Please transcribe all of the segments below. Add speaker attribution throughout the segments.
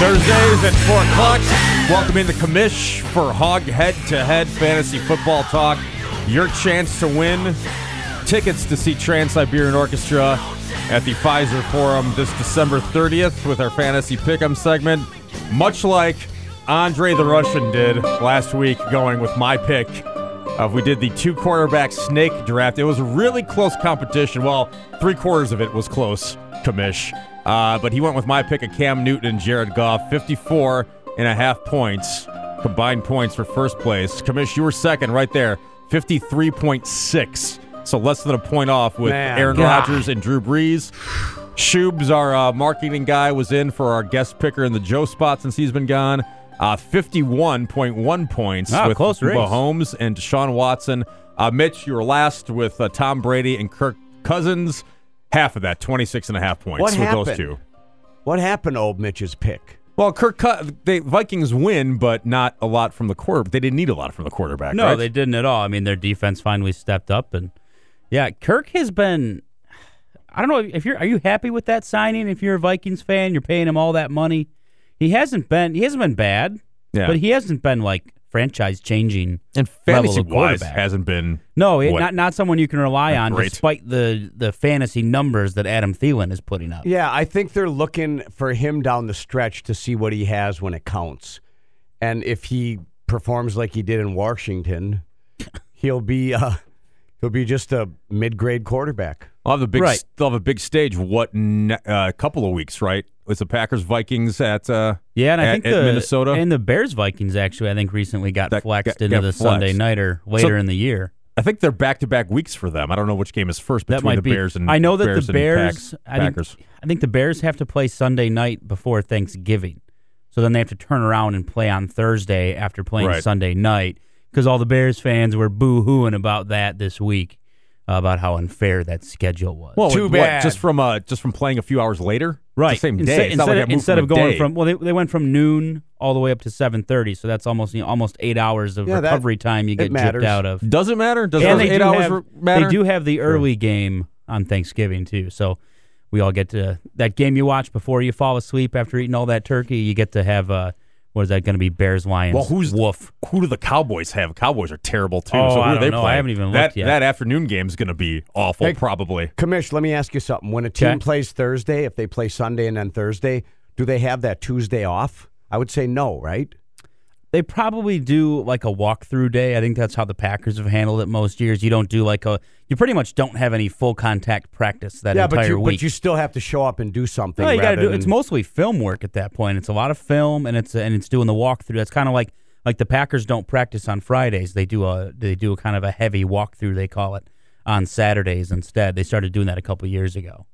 Speaker 1: Thursdays at 4 o'clock. Welcome in the commish for Hog Head to Head Fantasy Football Talk. Your chance to win tickets to see Trans Siberian Orchestra at the Pfizer Forum this December 30th with our Fantasy Pick'em segment. Much like Andre the Russian did last week, going with my pick. Uh, we did the two quarterback snake draft. It was a really close competition. Well, three quarters of it was close, Kamish. Uh, but he went with my pick of Cam Newton and Jared Goff, 54 and a half points, combined points for first place. Kamish, you were second right there, 53.6. So less than a point off with
Speaker 2: Man.
Speaker 1: Aaron
Speaker 2: God.
Speaker 1: Rodgers and Drew Brees. Shubes, our uh, marketing guy, was in for our guest picker in the Joe spot since he's been gone. Uh, 51.1 points
Speaker 2: Ah,
Speaker 1: with
Speaker 2: close race.
Speaker 1: Mahomes and Deshaun Watson. Uh, Mitch, you were last with uh, Tom Brady and Kirk Cousins. Half of that, 26 and a half points
Speaker 2: What
Speaker 1: with those
Speaker 2: happened?
Speaker 1: two.
Speaker 2: What happened to old Mitch's pick?
Speaker 1: Well, Kirk, Cous- they Vikings win, but not a lot from the quarter. They didn't need a lot from the quarterback.
Speaker 3: No,
Speaker 1: right?
Speaker 3: they didn't at all. I mean, their defense finally stepped up, and yeah, Kirk has been. I don't know if you're. Are you happy with that signing? If you're a Vikings fan, you're paying him all that money. He hasn't been. He hasn't been bad,
Speaker 1: Yeah.
Speaker 3: but he hasn't been like franchise changing.
Speaker 1: and
Speaker 3: level
Speaker 1: fantasy
Speaker 3: of
Speaker 1: wise
Speaker 3: quarterback.
Speaker 1: hasn't been.
Speaker 3: No, it,
Speaker 1: What?
Speaker 3: not not someone you can rely on,
Speaker 1: Great.
Speaker 3: despite the the fantasy numbers that Adam Thielen is putting up.
Speaker 2: Yeah, I think they're looking for him down the stretch to see what he has when it counts. And if he performs like he did in Washington, he'll be uh, he'll be just a mid-grade quarterback.
Speaker 1: I'll have a big.
Speaker 3: Right.
Speaker 1: They'll have a big stage. What ne- uh, couple of weeks? Right? It's the Packers Vikings at. Uh,
Speaker 3: Yeah, and I
Speaker 1: at-
Speaker 3: think
Speaker 1: at
Speaker 3: the
Speaker 1: Minnesota.
Speaker 3: and the Bears Vikings actually I think recently got
Speaker 1: That
Speaker 3: flexed
Speaker 1: got-
Speaker 3: into
Speaker 1: got
Speaker 3: the
Speaker 1: flexed.
Speaker 3: Sunday nighter later in the year.
Speaker 1: I think they're back to back weeks for them. I don't know which game is first between
Speaker 3: That might
Speaker 1: the
Speaker 3: be.
Speaker 1: Bears and
Speaker 3: I know that
Speaker 1: Bears
Speaker 3: the
Speaker 1: and Pack-
Speaker 3: Bears. I think,
Speaker 1: Packers.
Speaker 3: I think the Bears have to play Sunday night before Thanksgiving, so then they have to turn around and play on Thursday after playing
Speaker 1: Right.
Speaker 3: Sunday night because all the Bears fans were boo hooing about that this week uh, about how unfair that schedule was.
Speaker 1: well,
Speaker 2: Too
Speaker 1: what,
Speaker 2: bad.
Speaker 1: just from uh, just from playing a few hours later, It's
Speaker 3: Right.
Speaker 1: The same day.
Speaker 3: Instead,
Speaker 1: It's not like
Speaker 3: instead
Speaker 1: I
Speaker 3: of,
Speaker 1: moved
Speaker 3: instead
Speaker 1: from
Speaker 3: of
Speaker 1: a
Speaker 3: going
Speaker 1: day.
Speaker 3: from well, they, they went from noon all the way up to seven thirty, so that's almost you know, almost eight hours of
Speaker 2: Yeah, that-
Speaker 3: recovery time you
Speaker 2: it
Speaker 3: get
Speaker 2: matters.
Speaker 3: gypped out of.
Speaker 1: does it matter? Does
Speaker 3: and
Speaker 1: those
Speaker 3: they
Speaker 1: eight
Speaker 3: do
Speaker 1: hours
Speaker 3: have,
Speaker 1: r- matter?
Speaker 3: They do have the early game on Thanksgiving too, so we all get to that game you watch before you fall asleep after eating all that turkey. You get to have uh, what is that going to be? Bears Lions.
Speaker 1: Well, who's
Speaker 3: woof?
Speaker 1: Who do the Cowboys have? Cowboys are terrible too.
Speaker 3: Oh,
Speaker 1: so who
Speaker 3: I
Speaker 1: are
Speaker 3: don't
Speaker 1: they
Speaker 3: know. I
Speaker 1: playing?
Speaker 3: haven't even
Speaker 1: that,
Speaker 3: looked yet.
Speaker 1: That afternoon game's going to be awful, probably.
Speaker 2: Commish, let me ask you something. When a team
Speaker 3: Okay.
Speaker 2: plays Thursday, if they play Sunday and then Thursday, do they have that Tuesday off? I would say no, right?
Speaker 3: They probably do like a walkthrough day. I think that's how the Packers have handled it most years. You don't do like a. You pretty much don't have any full contact practice that
Speaker 2: yeah,
Speaker 3: entire
Speaker 2: but you,
Speaker 3: week.
Speaker 2: but you still have to show up and do something.
Speaker 3: No, you got to
Speaker 2: rather
Speaker 3: do.
Speaker 2: than-
Speaker 3: It's mostly film work at that point. It's a lot of film, and it's and it's doing the walkthrough. That's kind of like like the Packers don't practice on Fridays. They do a they do a kind of a heavy walkthrough. They call it on Saturdays instead. They started doing that a couple years ago.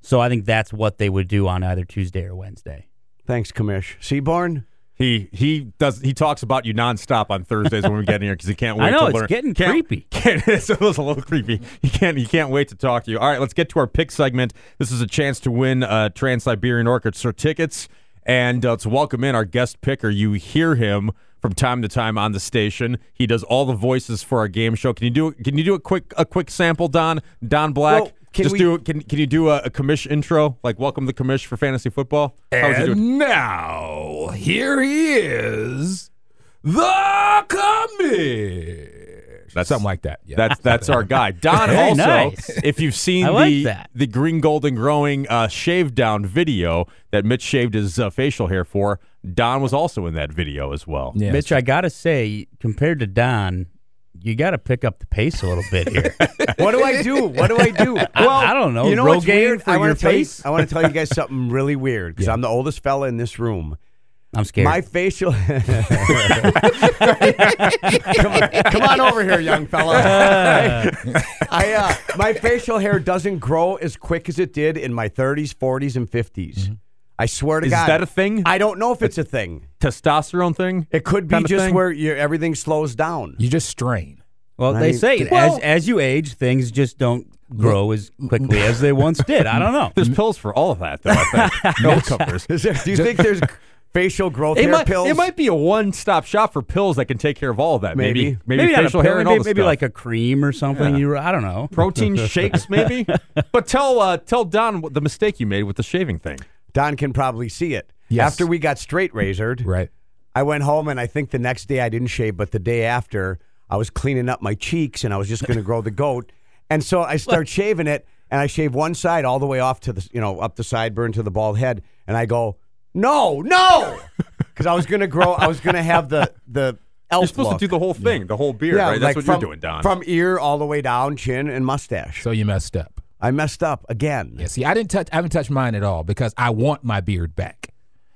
Speaker 3: So I think that's what they would do on either Tuesday or Wednesday.
Speaker 2: Thanks, Commish. Seaborn?
Speaker 1: He he does he talks about you nonstop on Thursdays when we get in here because he can't wait.
Speaker 3: I know,
Speaker 1: to
Speaker 3: it's
Speaker 1: learn.
Speaker 3: getting
Speaker 1: can't,
Speaker 3: creepy.
Speaker 1: Can't, it's a little a little creepy. He can't he can't wait to talk to you. All right, let's get to our pick segment. This is a chance to win uh, Trans Siberian Orchestra tickets, and uh, let's welcome in our guest picker. You hear him from time to time on the station. He does all the voices for our game show. Can you do can you do a quick a quick sample, Don Don Black?
Speaker 2: Well, can
Speaker 1: Just
Speaker 2: we-
Speaker 1: do can can you do a, a commish intro like welcome the commish for fantasy football? How would you do it?
Speaker 4: And now, here he is, the commish.
Speaker 1: That's-
Speaker 4: Something like that. Yeah.
Speaker 1: That's that's our guy, Don.
Speaker 3: Very
Speaker 1: also,
Speaker 3: nice.
Speaker 1: if you've seen
Speaker 3: I like
Speaker 1: the
Speaker 3: that.
Speaker 1: the green, golden, growing uh, shave down video that Mitch shaved his uh, facial hair for, Don was also in that video as well.
Speaker 4: Yeah,
Speaker 3: Mitch, I gotta say, compared to Don, you gotta pick up the pace a little bit here.
Speaker 2: What do I do? What do I do? Well,
Speaker 3: I don't know.
Speaker 2: You know what's
Speaker 3: Rogaine
Speaker 2: weird?
Speaker 3: for
Speaker 2: I wanna
Speaker 3: your
Speaker 2: tell you-
Speaker 3: face?
Speaker 2: I want to tell you guys something really weird because I'm the oldest fella in this room.
Speaker 3: I'm scared.
Speaker 2: My facial. come, on, come on over here, young fella. I, uh, my facial hair doesn't grow as quick as it did in my 30s, 40s, and 50s. I swear to
Speaker 1: Mm-hmm. Is
Speaker 2: God.
Speaker 1: that a thing?
Speaker 2: I don't know if it's a thing.
Speaker 1: Testosterone thing.
Speaker 2: It could be
Speaker 1: Kinda
Speaker 2: just
Speaker 1: thing?
Speaker 2: where you everything slows down.
Speaker 4: you just strain.
Speaker 3: Well,
Speaker 2: I
Speaker 3: they
Speaker 2: mean,
Speaker 3: say
Speaker 2: well-
Speaker 3: as as you age, things just don't grow as quickly as they once did. I don't know.
Speaker 1: There's pills for all of that, though. I think. no covers.
Speaker 2: Is there, do you think there's facial growth
Speaker 1: It
Speaker 2: hair
Speaker 1: might,
Speaker 2: pills?
Speaker 1: it might be a one-stop shop for pills that can take care of all of that. Maybe,
Speaker 2: Maybe.
Speaker 1: maybe,
Speaker 3: not a
Speaker 1: facial
Speaker 3: pill,
Speaker 1: hair and
Speaker 3: maybe,
Speaker 1: all the
Speaker 3: maybe
Speaker 1: stuff.
Speaker 3: like a cream or something. You, I don't know.
Speaker 1: protein shakes, maybe. But tell uh, tell Don what the mistake you made with the shaving thing.
Speaker 2: Don can probably see it.
Speaker 4: Yes.
Speaker 2: After we got straight razored,
Speaker 4: Right.
Speaker 2: I went home and I think the next day I didn't shave, but the day after I was cleaning up my cheeks and I was just going to grow the goat. And so I start shaving it and I shave one side all the way off to the, you know, up the sideburn to the bald head. And I go, no, no. Because I was going to grow, I was going to have the, the elf
Speaker 1: You're supposed
Speaker 2: look.
Speaker 1: to do the whole thing, the whole beard, right? That's
Speaker 2: like
Speaker 1: what
Speaker 2: from,
Speaker 1: you're doing, Don.
Speaker 2: From ear all the way down, chin and mustache.
Speaker 4: So you messed up.
Speaker 2: I messed up again.
Speaker 4: Yeah. See, I didn't touch. I haven't touched mine at all because I want my beard back.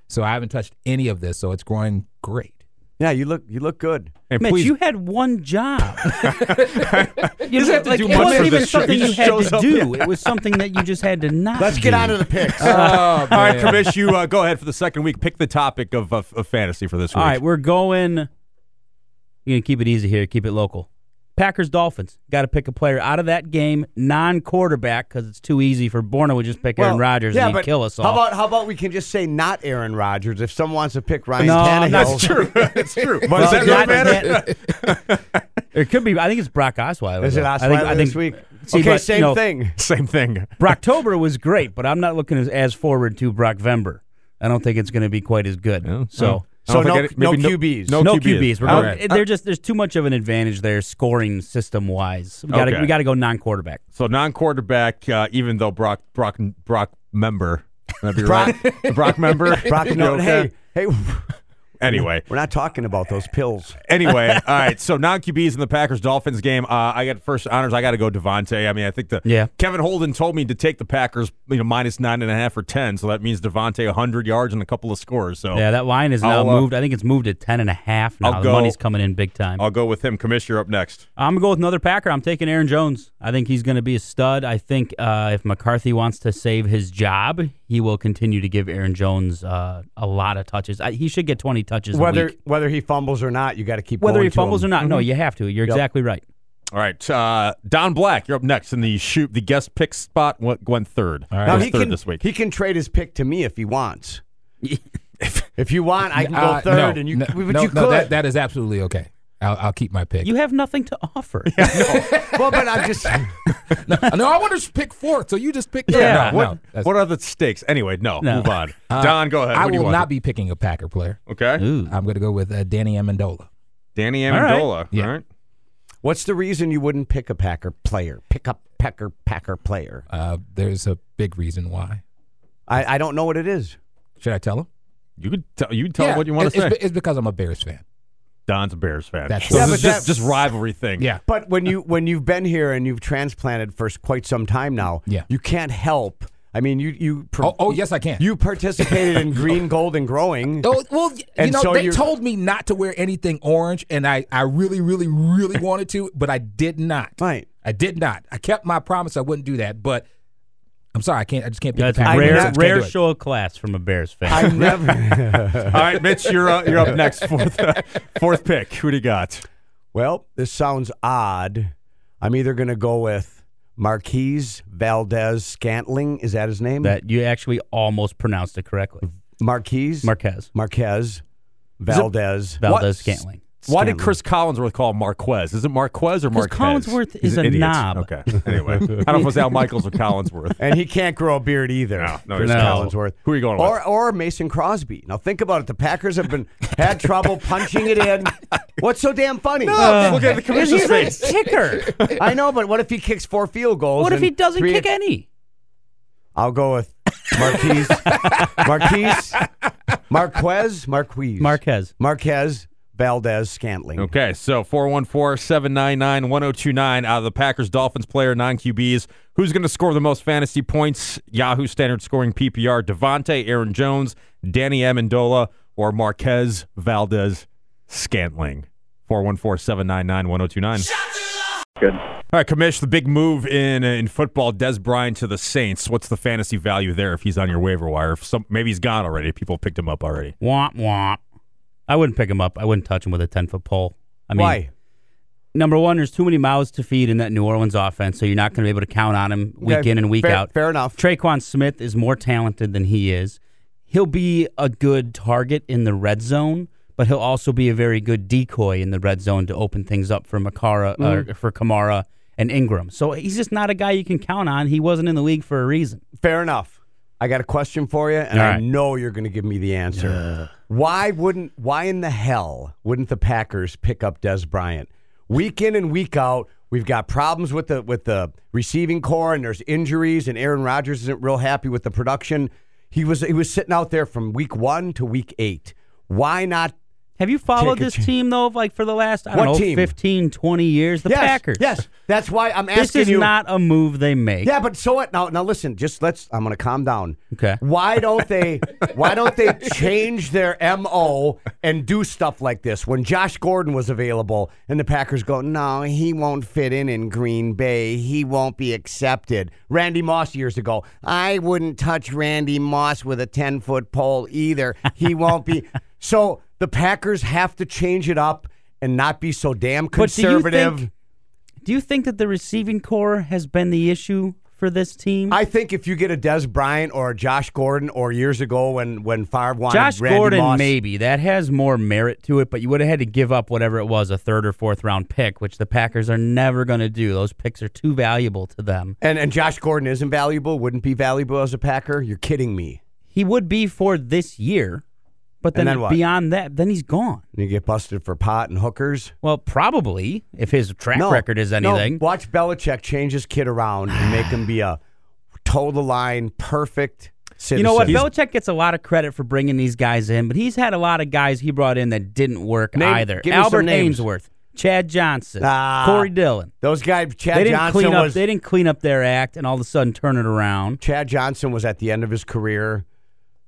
Speaker 4: So I haven't touched any of this. So it's growing great.
Speaker 2: Yeah, you look, you look good.
Speaker 1: and
Speaker 3: Mitch,
Speaker 1: please,
Speaker 3: you had one job. you
Speaker 1: have to
Speaker 3: like,
Speaker 1: do
Speaker 3: it
Speaker 1: much for
Speaker 3: wasn't even
Speaker 1: this show.
Speaker 3: something
Speaker 1: He
Speaker 3: you
Speaker 1: just
Speaker 3: had
Speaker 1: shows
Speaker 3: to
Speaker 1: up.
Speaker 3: do. It was something that you just had to not.
Speaker 2: Let's get
Speaker 3: do.
Speaker 2: out of the picks.
Speaker 4: Oh,
Speaker 1: all right, Kamish, you uh, go ahead for the second week. Pick the topic of, of, of fantasy for this week.
Speaker 3: All right, we're going. You're gonna keep it easy here. Keep it local. Packers Dolphins. Got to pick a player out of that game, non-quarterback, because it's too easy for Borna. would just pick Aaron
Speaker 2: Well,
Speaker 3: Rodgers
Speaker 2: yeah,
Speaker 3: and he'd
Speaker 2: but
Speaker 3: kill us all.
Speaker 2: How about how about we can just say not Aaron Rodgers if someone wants to pick Ryan
Speaker 3: No,
Speaker 2: Tannehill?
Speaker 3: that's
Speaker 1: true. it's true. But
Speaker 3: Well,
Speaker 1: does that
Speaker 3: it's not-
Speaker 1: really matter?
Speaker 3: it could be. I think it's Brock Osweiler.
Speaker 2: Is it
Speaker 3: though.
Speaker 2: Osweiler
Speaker 3: I think, I think,
Speaker 2: this week?
Speaker 3: See,
Speaker 2: okay,
Speaker 3: but,
Speaker 2: same
Speaker 3: you know,
Speaker 2: thing.
Speaker 1: Same thing.
Speaker 3: Brocktober was great, but I'm not looking as, as forward to Brock Vember. I don't think it's going to be quite as good. So,
Speaker 1: I Oh. don't
Speaker 2: So
Speaker 1: think
Speaker 2: no-
Speaker 1: it-
Speaker 2: no
Speaker 1: maybe
Speaker 2: QBs.
Speaker 1: No,
Speaker 3: no
Speaker 1: QBs.
Speaker 3: QBs. We're
Speaker 1: All
Speaker 3: going,
Speaker 1: right.
Speaker 3: they're just there's too much of an advantage there, scoring system wise. We got to
Speaker 1: Okay.
Speaker 3: we got to go non-quarterback.
Speaker 1: So non-quarterback, uh, even though Brock Brock Brock member, Would that be right? Brock member,
Speaker 2: Brock,
Speaker 1: You
Speaker 2: no,
Speaker 1: okay?
Speaker 2: hey, hey,
Speaker 1: Anyway,
Speaker 2: we're not talking about those pills.
Speaker 1: anyway, all right. So non QBs in the Packers Dolphins game. Uh, I got first honors. I got to go Devontae. I mean, I think the
Speaker 3: Yeah.
Speaker 1: Kevin Holden told me to take the Packers, you know, minus nine and a half or ten. So that means Devontae hundred yards and a couple of scores. So
Speaker 3: Yeah, that line is now
Speaker 1: Oh. I'll, uh,
Speaker 3: moved. I think it's moved to ten and a half now.
Speaker 1: I'll
Speaker 3: the
Speaker 1: go-
Speaker 3: money's coming in big time.
Speaker 1: I'll go with him. Commissioner up next.
Speaker 3: I'm gonna go with another Packer. I'm taking Aaron Jones. I think he's gonna be a stud. I think uh, if McCarthy wants to save his job, he will continue to give Aaron Jones uh, a lot of touches. I, he should get 20 touches. a
Speaker 2: Whether
Speaker 3: week.
Speaker 2: whether he fumbles or not, you got to keep
Speaker 3: whether
Speaker 2: going
Speaker 3: he
Speaker 2: to
Speaker 3: fumbles
Speaker 2: him. Mm-hmm.
Speaker 3: or not, no, you have to. You're exactly right.
Speaker 1: All right, uh, Don Black, you're up next in the shoot the guest pick spot. What went third? All right,
Speaker 2: Now
Speaker 1: Goes
Speaker 2: he
Speaker 1: third
Speaker 2: can
Speaker 1: this week.
Speaker 2: he can trade his pick to me if he wants. if you want, I can go
Speaker 4: Uh,
Speaker 2: third,
Speaker 4: no,
Speaker 2: and you
Speaker 4: no,
Speaker 2: but
Speaker 4: no,
Speaker 2: you could.
Speaker 4: no, that, that is absolutely okay. I'll, I'll keep my pick.
Speaker 3: You have nothing to offer.
Speaker 2: well, but I'm just
Speaker 4: no, no, I want to pick fourth, so you just pick third.
Speaker 3: Yeah.
Speaker 4: No,
Speaker 1: uh, what,
Speaker 4: no, that's- Uh,
Speaker 1: what are the stakes? Anyway, no,
Speaker 3: No.
Speaker 1: move on. Don, go ahead.
Speaker 4: I
Speaker 1: What do you
Speaker 4: will
Speaker 1: want? Hmm.
Speaker 4: not be picking a Packer player.
Speaker 1: Okay.
Speaker 3: Ooh.
Speaker 4: I'm going to go with uh, Danny Amendola.
Speaker 1: Danny
Speaker 3: All right.
Speaker 1: Amendola. All right.
Speaker 4: Yeah.
Speaker 2: What's the reason you wouldn't pick a Packer player? Pick up Packer Packer player.
Speaker 4: Uh, there's a big reason why.
Speaker 2: I, I don't know what it is.
Speaker 4: Should I tell him?
Speaker 1: You could tell you could tell him what you want
Speaker 4: it's,
Speaker 1: to say.
Speaker 4: It's, be- it's because I'm a Bears fan.
Speaker 1: Don's a Bears fan.
Speaker 4: That's
Speaker 1: so this
Speaker 4: right. Yeah,
Speaker 1: is
Speaker 2: but
Speaker 1: just,
Speaker 2: that-
Speaker 1: just rivalry thing.
Speaker 4: Yeah.
Speaker 2: But when you when you've been here and you've transplanted for s- quite some time now,
Speaker 4: Yeah.
Speaker 2: you can't help. I mean, you you per-
Speaker 4: Oh, oh, yes, I can.
Speaker 2: you participated in green, gold, and growing.
Speaker 4: Oh, well, y- you
Speaker 2: And
Speaker 4: know,
Speaker 2: so
Speaker 4: they
Speaker 2: you're-
Speaker 4: told me not to wear anything orange, and I, I really, really, really wanted to, but I did not.
Speaker 2: Right.
Speaker 4: I did not. I kept my promise I wouldn't do that, but I'm sorry, I can't. I just can't pick
Speaker 3: That's
Speaker 4: the
Speaker 3: a
Speaker 4: Packers. I
Speaker 3: rare,
Speaker 4: just can't
Speaker 3: rare
Speaker 4: do it.
Speaker 3: show of class from a Bears fan.
Speaker 2: I never.
Speaker 1: All right, Mitch, you're uh, you're up next. Fourth uh, fourth pick. Who do you got?
Speaker 2: well, this sounds odd. I'm either going to go with Marquise Valdez Scantling. Is that his name?
Speaker 3: that you actually almost pronounced it correctly.
Speaker 2: Marquise
Speaker 3: Marquez
Speaker 2: Marquez Valdez.
Speaker 3: Valdez
Speaker 1: What?
Speaker 3: Scantling.
Speaker 1: Why did
Speaker 2: Scanlon.
Speaker 1: Chris Collinsworth call him Marquez? Is it Marquez or Marquez?
Speaker 3: 'Cause Collinsworth
Speaker 1: He's
Speaker 3: is
Speaker 1: an
Speaker 3: a
Speaker 1: idiot.
Speaker 3: knob.
Speaker 1: Okay. Anyway, I don't know if it's Al Michaels or Collinsworth.
Speaker 2: and he can't grow a beard either.
Speaker 1: No, no,
Speaker 2: for
Speaker 1: he's
Speaker 3: not.
Speaker 2: Collinsworth.
Speaker 1: Who are you going with?
Speaker 2: Or or Mason Crosby. Now think about it. The Packers have been had trouble punching it in. What's so damn funny?
Speaker 1: Look at the commissioner's
Speaker 3: He's
Speaker 1: face.
Speaker 3: a kicker.
Speaker 2: I know, but what if he kicks four field goals?
Speaker 3: What if
Speaker 2: and
Speaker 3: he doesn't
Speaker 2: three-
Speaker 3: kick any?
Speaker 2: I'll go with Marquise, Marquise, Marquez, Marquise,
Speaker 3: Marquez.
Speaker 2: Marquez, Valdez, Scantling.
Speaker 1: Okay, so 414-799-1029 out of the Packers Dolphins player non-QBs. Who's going to score the most fantasy points? Yahoo standard scoring PPR, Devontae, Aaron Jones, Danny Amendola, or Marquez Valdez Scantling. 414-799-1029. All right, Kamish, the big move in uh, in football, Des Bryant to the Saints. What's the fantasy value there if he's on your waiver wire? If some, maybe he's gone already. People picked him up already.
Speaker 3: Womp womp. I wouldn't pick him up. I wouldn't touch him with a ten foot pole. I mean,
Speaker 2: Why?
Speaker 3: number one, there's too many mouths to feed in that New Orleans offense, so you're not going to be able to count on him week
Speaker 2: Okay,
Speaker 3: in and week
Speaker 2: fair-
Speaker 3: out.
Speaker 2: fair enough.
Speaker 3: Traquan Smith is more talented than he is. He'll be a good target in the red zone, but he'll also be a very good decoy in the red zone to open things up for Makara uh,
Speaker 2: Mm.
Speaker 3: for Kamara and Ingram. So he's just not a guy you can count on. He wasn't in the league for a reason.
Speaker 2: Fair enough. I got a question for you, and
Speaker 3: All
Speaker 2: I
Speaker 3: right.
Speaker 2: know you're going to give me the answer. Why wouldn't? Why in the hell wouldn't the Packers pick up Des Bryant week in and week out? We've got problems with the with the receiving core, and there's injuries, and Aaron Rodgers isn't real happy with the production. He was he was sitting out there from week one to week eight. Why not?
Speaker 3: Have you followed
Speaker 2: Take a
Speaker 3: this
Speaker 2: chan-
Speaker 3: team though, of, like for the last I
Speaker 2: What
Speaker 3: don't know,
Speaker 2: team?
Speaker 3: 15, 20 years? The
Speaker 2: yes,
Speaker 3: Packers.
Speaker 2: Yes, that's why I'm asking
Speaker 3: This is
Speaker 2: you.
Speaker 3: not a move they make.
Speaker 2: Yeah, but so what? Now, now listen. Just let's. I'm going to calm down.
Speaker 3: Okay.
Speaker 2: Why don't they? why don't they change their mo and do stuff like this? When Josh Gordon was available, and the Packers go, no, he won't fit in in Green Bay. He won't be accepted. Randy Moss years ago, I wouldn't touch Randy Moss with a ten foot pole either. He won't be. So the Packers have to change it up and not be so damn
Speaker 3: But do you think-
Speaker 2: conservative.
Speaker 3: Do you think that the receiving core has been the issue for this team?
Speaker 2: I think if you get a Des Bryant or a Josh Gordon or years ago when when Favre wanted
Speaker 3: Josh
Speaker 2: Randy
Speaker 3: Gordon,
Speaker 2: Moss,
Speaker 3: maybe that has more merit to it, but you would have had to give up whatever it was, a third or fourth round pick, which the Packers are never going to do. Those picks are too valuable to them.
Speaker 2: and and Josh Gordon isn't valuable, wouldn't be valuable as a Packer. You're kidding me.
Speaker 3: He would be for this year, but then,
Speaker 2: And then what?
Speaker 3: beyond that, then he's gone.
Speaker 2: And you get busted for pot and hookers.
Speaker 3: Well, probably if his track
Speaker 2: No
Speaker 3: record is
Speaker 2: no.
Speaker 3: anything.
Speaker 2: watch Belichick change his kid around and make him be a toe the line perfect. Citizen.
Speaker 3: You know what? Belichick gets a lot of credit for bringing these guys in, but he's had a lot of guys he brought in that didn't work
Speaker 2: Name-
Speaker 3: either.
Speaker 2: give me some
Speaker 3: Albert
Speaker 2: names.
Speaker 3: Ainsworth, Chad Johnson,
Speaker 2: Ah.
Speaker 3: Corey Dillon.
Speaker 2: Those guys, Chad
Speaker 3: They didn't
Speaker 2: Johnson
Speaker 3: clean up.
Speaker 2: was
Speaker 3: They didn't clean up their act, and all of a sudden turn it around.
Speaker 2: Chad Johnson was at the end of his career.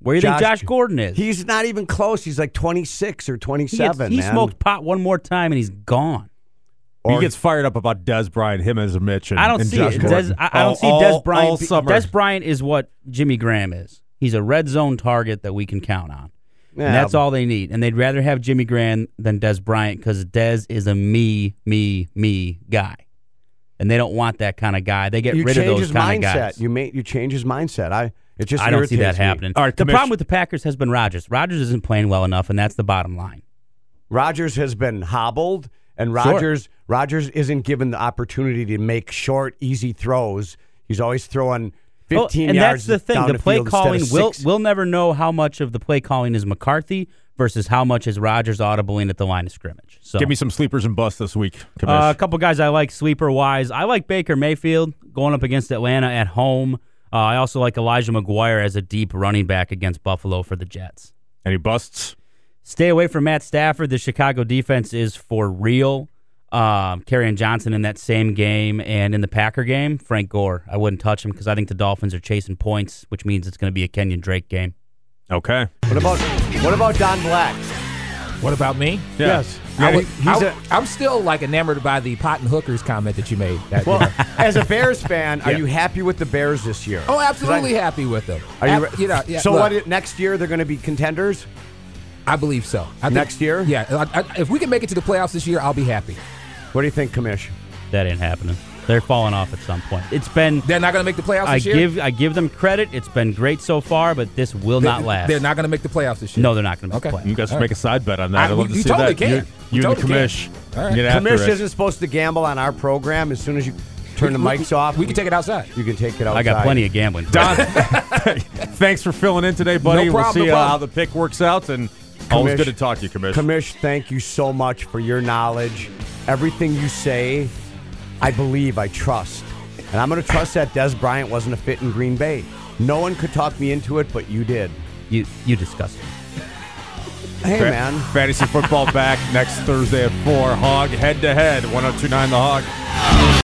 Speaker 3: Where do you think
Speaker 2: Josh-
Speaker 3: Josh Gordon is?
Speaker 2: He's not even close. He's like 26 or
Speaker 3: He gets-
Speaker 2: 27.
Speaker 3: He,
Speaker 2: man.
Speaker 3: smoked pot one more time and he's gone.
Speaker 1: he gets fired up about Des Bryant, him as a Mitch, and,
Speaker 3: I don't
Speaker 1: and
Speaker 3: see
Speaker 1: Josh
Speaker 3: it.
Speaker 1: Gordon.
Speaker 3: Des, I, I don't
Speaker 1: All-
Speaker 3: see Des
Speaker 1: all- all
Speaker 3: Bryant. be-
Speaker 1: summer.
Speaker 3: Des Bryant is what Jimmy Graham is. He's a red zone target that we can count on.
Speaker 2: Yeah.
Speaker 3: And that's all they need. And they'd rather have Jimmy Graham than Des Bryant because Des is a me, me, me guy. And they don't want that kind of guy. They get
Speaker 2: you
Speaker 3: rid of
Speaker 2: change
Speaker 3: those
Speaker 2: his
Speaker 3: kind of
Speaker 2: mindset.
Speaker 3: guys.
Speaker 2: You may, you change his mindset. I it just
Speaker 3: I don't see that
Speaker 2: irritates me.
Speaker 3: happening.
Speaker 1: All right,
Speaker 3: the
Speaker 1: Commiss-
Speaker 3: problem with the Packers has been Rodgers. Rodgers isn't playing well enough, and that's the bottom line.
Speaker 2: Rodgers has been hobbled, and Rodgers Rodgers isn't given the opportunity to make short, easy throws. He's always throwing
Speaker 3: Well,
Speaker 2: fifteen
Speaker 3: Oh, and
Speaker 2: yards.
Speaker 3: that's the thing.
Speaker 2: down
Speaker 3: The play
Speaker 2: field instead of
Speaker 3: calling, we'll,
Speaker 2: six.
Speaker 3: we'll never know how much of the play calling is McCarthy versus how much is Rogers audibling at the line of scrimmage. So,
Speaker 1: Give me some sleepers and busts this week, Commish.
Speaker 3: uh, a couple guys I like sleeper wise. I like Baker Mayfield going up against Atlanta at home. Uh, I also like Elijah McGuire as a deep running back against Buffalo for the Jets.
Speaker 1: Any busts?
Speaker 3: Stay away from Matt Stafford. The Chicago defense is for real. Um, Carrion Johnson in that same game and in the Packer game, Frank Gore. I wouldn't touch him because I think the Dolphins are chasing points, which means it's going to be a Kenyon Drake game.
Speaker 1: Okay.
Speaker 2: What about what about Don Black?
Speaker 4: What about me?
Speaker 1: Yeah.
Speaker 2: Yes.
Speaker 4: I
Speaker 2: Yeah,
Speaker 4: would-
Speaker 2: he's
Speaker 4: I
Speaker 2: a-
Speaker 4: would- I'm still like enamored by the pot and hookers comment that you made. That, you
Speaker 2: well,
Speaker 4: know.
Speaker 2: as a Bears fan, are you happy with the Bears this year?
Speaker 4: Oh, absolutely happy with them.
Speaker 2: Are you,
Speaker 4: Ab- you know, yeah,
Speaker 2: so
Speaker 4: look,
Speaker 2: what? Next year they're going to be contenders.
Speaker 4: I believe so. I think-
Speaker 2: Next year?
Speaker 4: Yeah. I, I, if we can make it to the playoffs this year, I'll be happy.
Speaker 2: What do you think, Commish?
Speaker 3: That ain't happening. They're falling off at some point. It's been
Speaker 4: They're not going to make the playoffs
Speaker 3: I
Speaker 4: this year?
Speaker 3: give I give them credit. It's been great so far, but this will not
Speaker 4: They-
Speaker 3: last.
Speaker 4: They're not going to make the playoffs this year.
Speaker 3: No, they're not going to
Speaker 4: Okay.
Speaker 3: play.
Speaker 1: You guys should
Speaker 4: All right.
Speaker 1: make a side bet on that.
Speaker 4: I-
Speaker 1: I'd love
Speaker 4: you-
Speaker 1: to
Speaker 4: you
Speaker 1: see
Speaker 4: totally
Speaker 1: that.
Speaker 4: can.
Speaker 1: You, you
Speaker 4: You
Speaker 1: and the
Speaker 4: totally can.
Speaker 1: commish.
Speaker 4: All right.
Speaker 1: Get after
Speaker 2: Commish
Speaker 1: it.
Speaker 2: isn't supposed to gamble on our program. As soon as you turn the
Speaker 4: We-
Speaker 2: mics off,
Speaker 4: We can take it outside.
Speaker 2: You can take it outside.
Speaker 3: I got plenty of gambling.
Speaker 1: Don, thanks for filling in today, buddy.
Speaker 4: No
Speaker 1: we'll
Speaker 4: problem,
Speaker 1: see
Speaker 4: no
Speaker 1: uh,
Speaker 4: problem.
Speaker 1: how the pick works out, and always
Speaker 2: Commish.
Speaker 1: good to talk to you, Commish.
Speaker 2: Kamish, thank you so much for your knowledge. Everything you say, I believe, I trust. And I'm going to trust that Des Bryant wasn't a fit in Green Bay. No one could talk me into it, but you did.
Speaker 3: you you disgust me.
Speaker 2: Hey,
Speaker 1: Fa-
Speaker 2: man.
Speaker 1: Fantasy oh football back next Thursday at 4. Hog head to head, 1029 The Hog.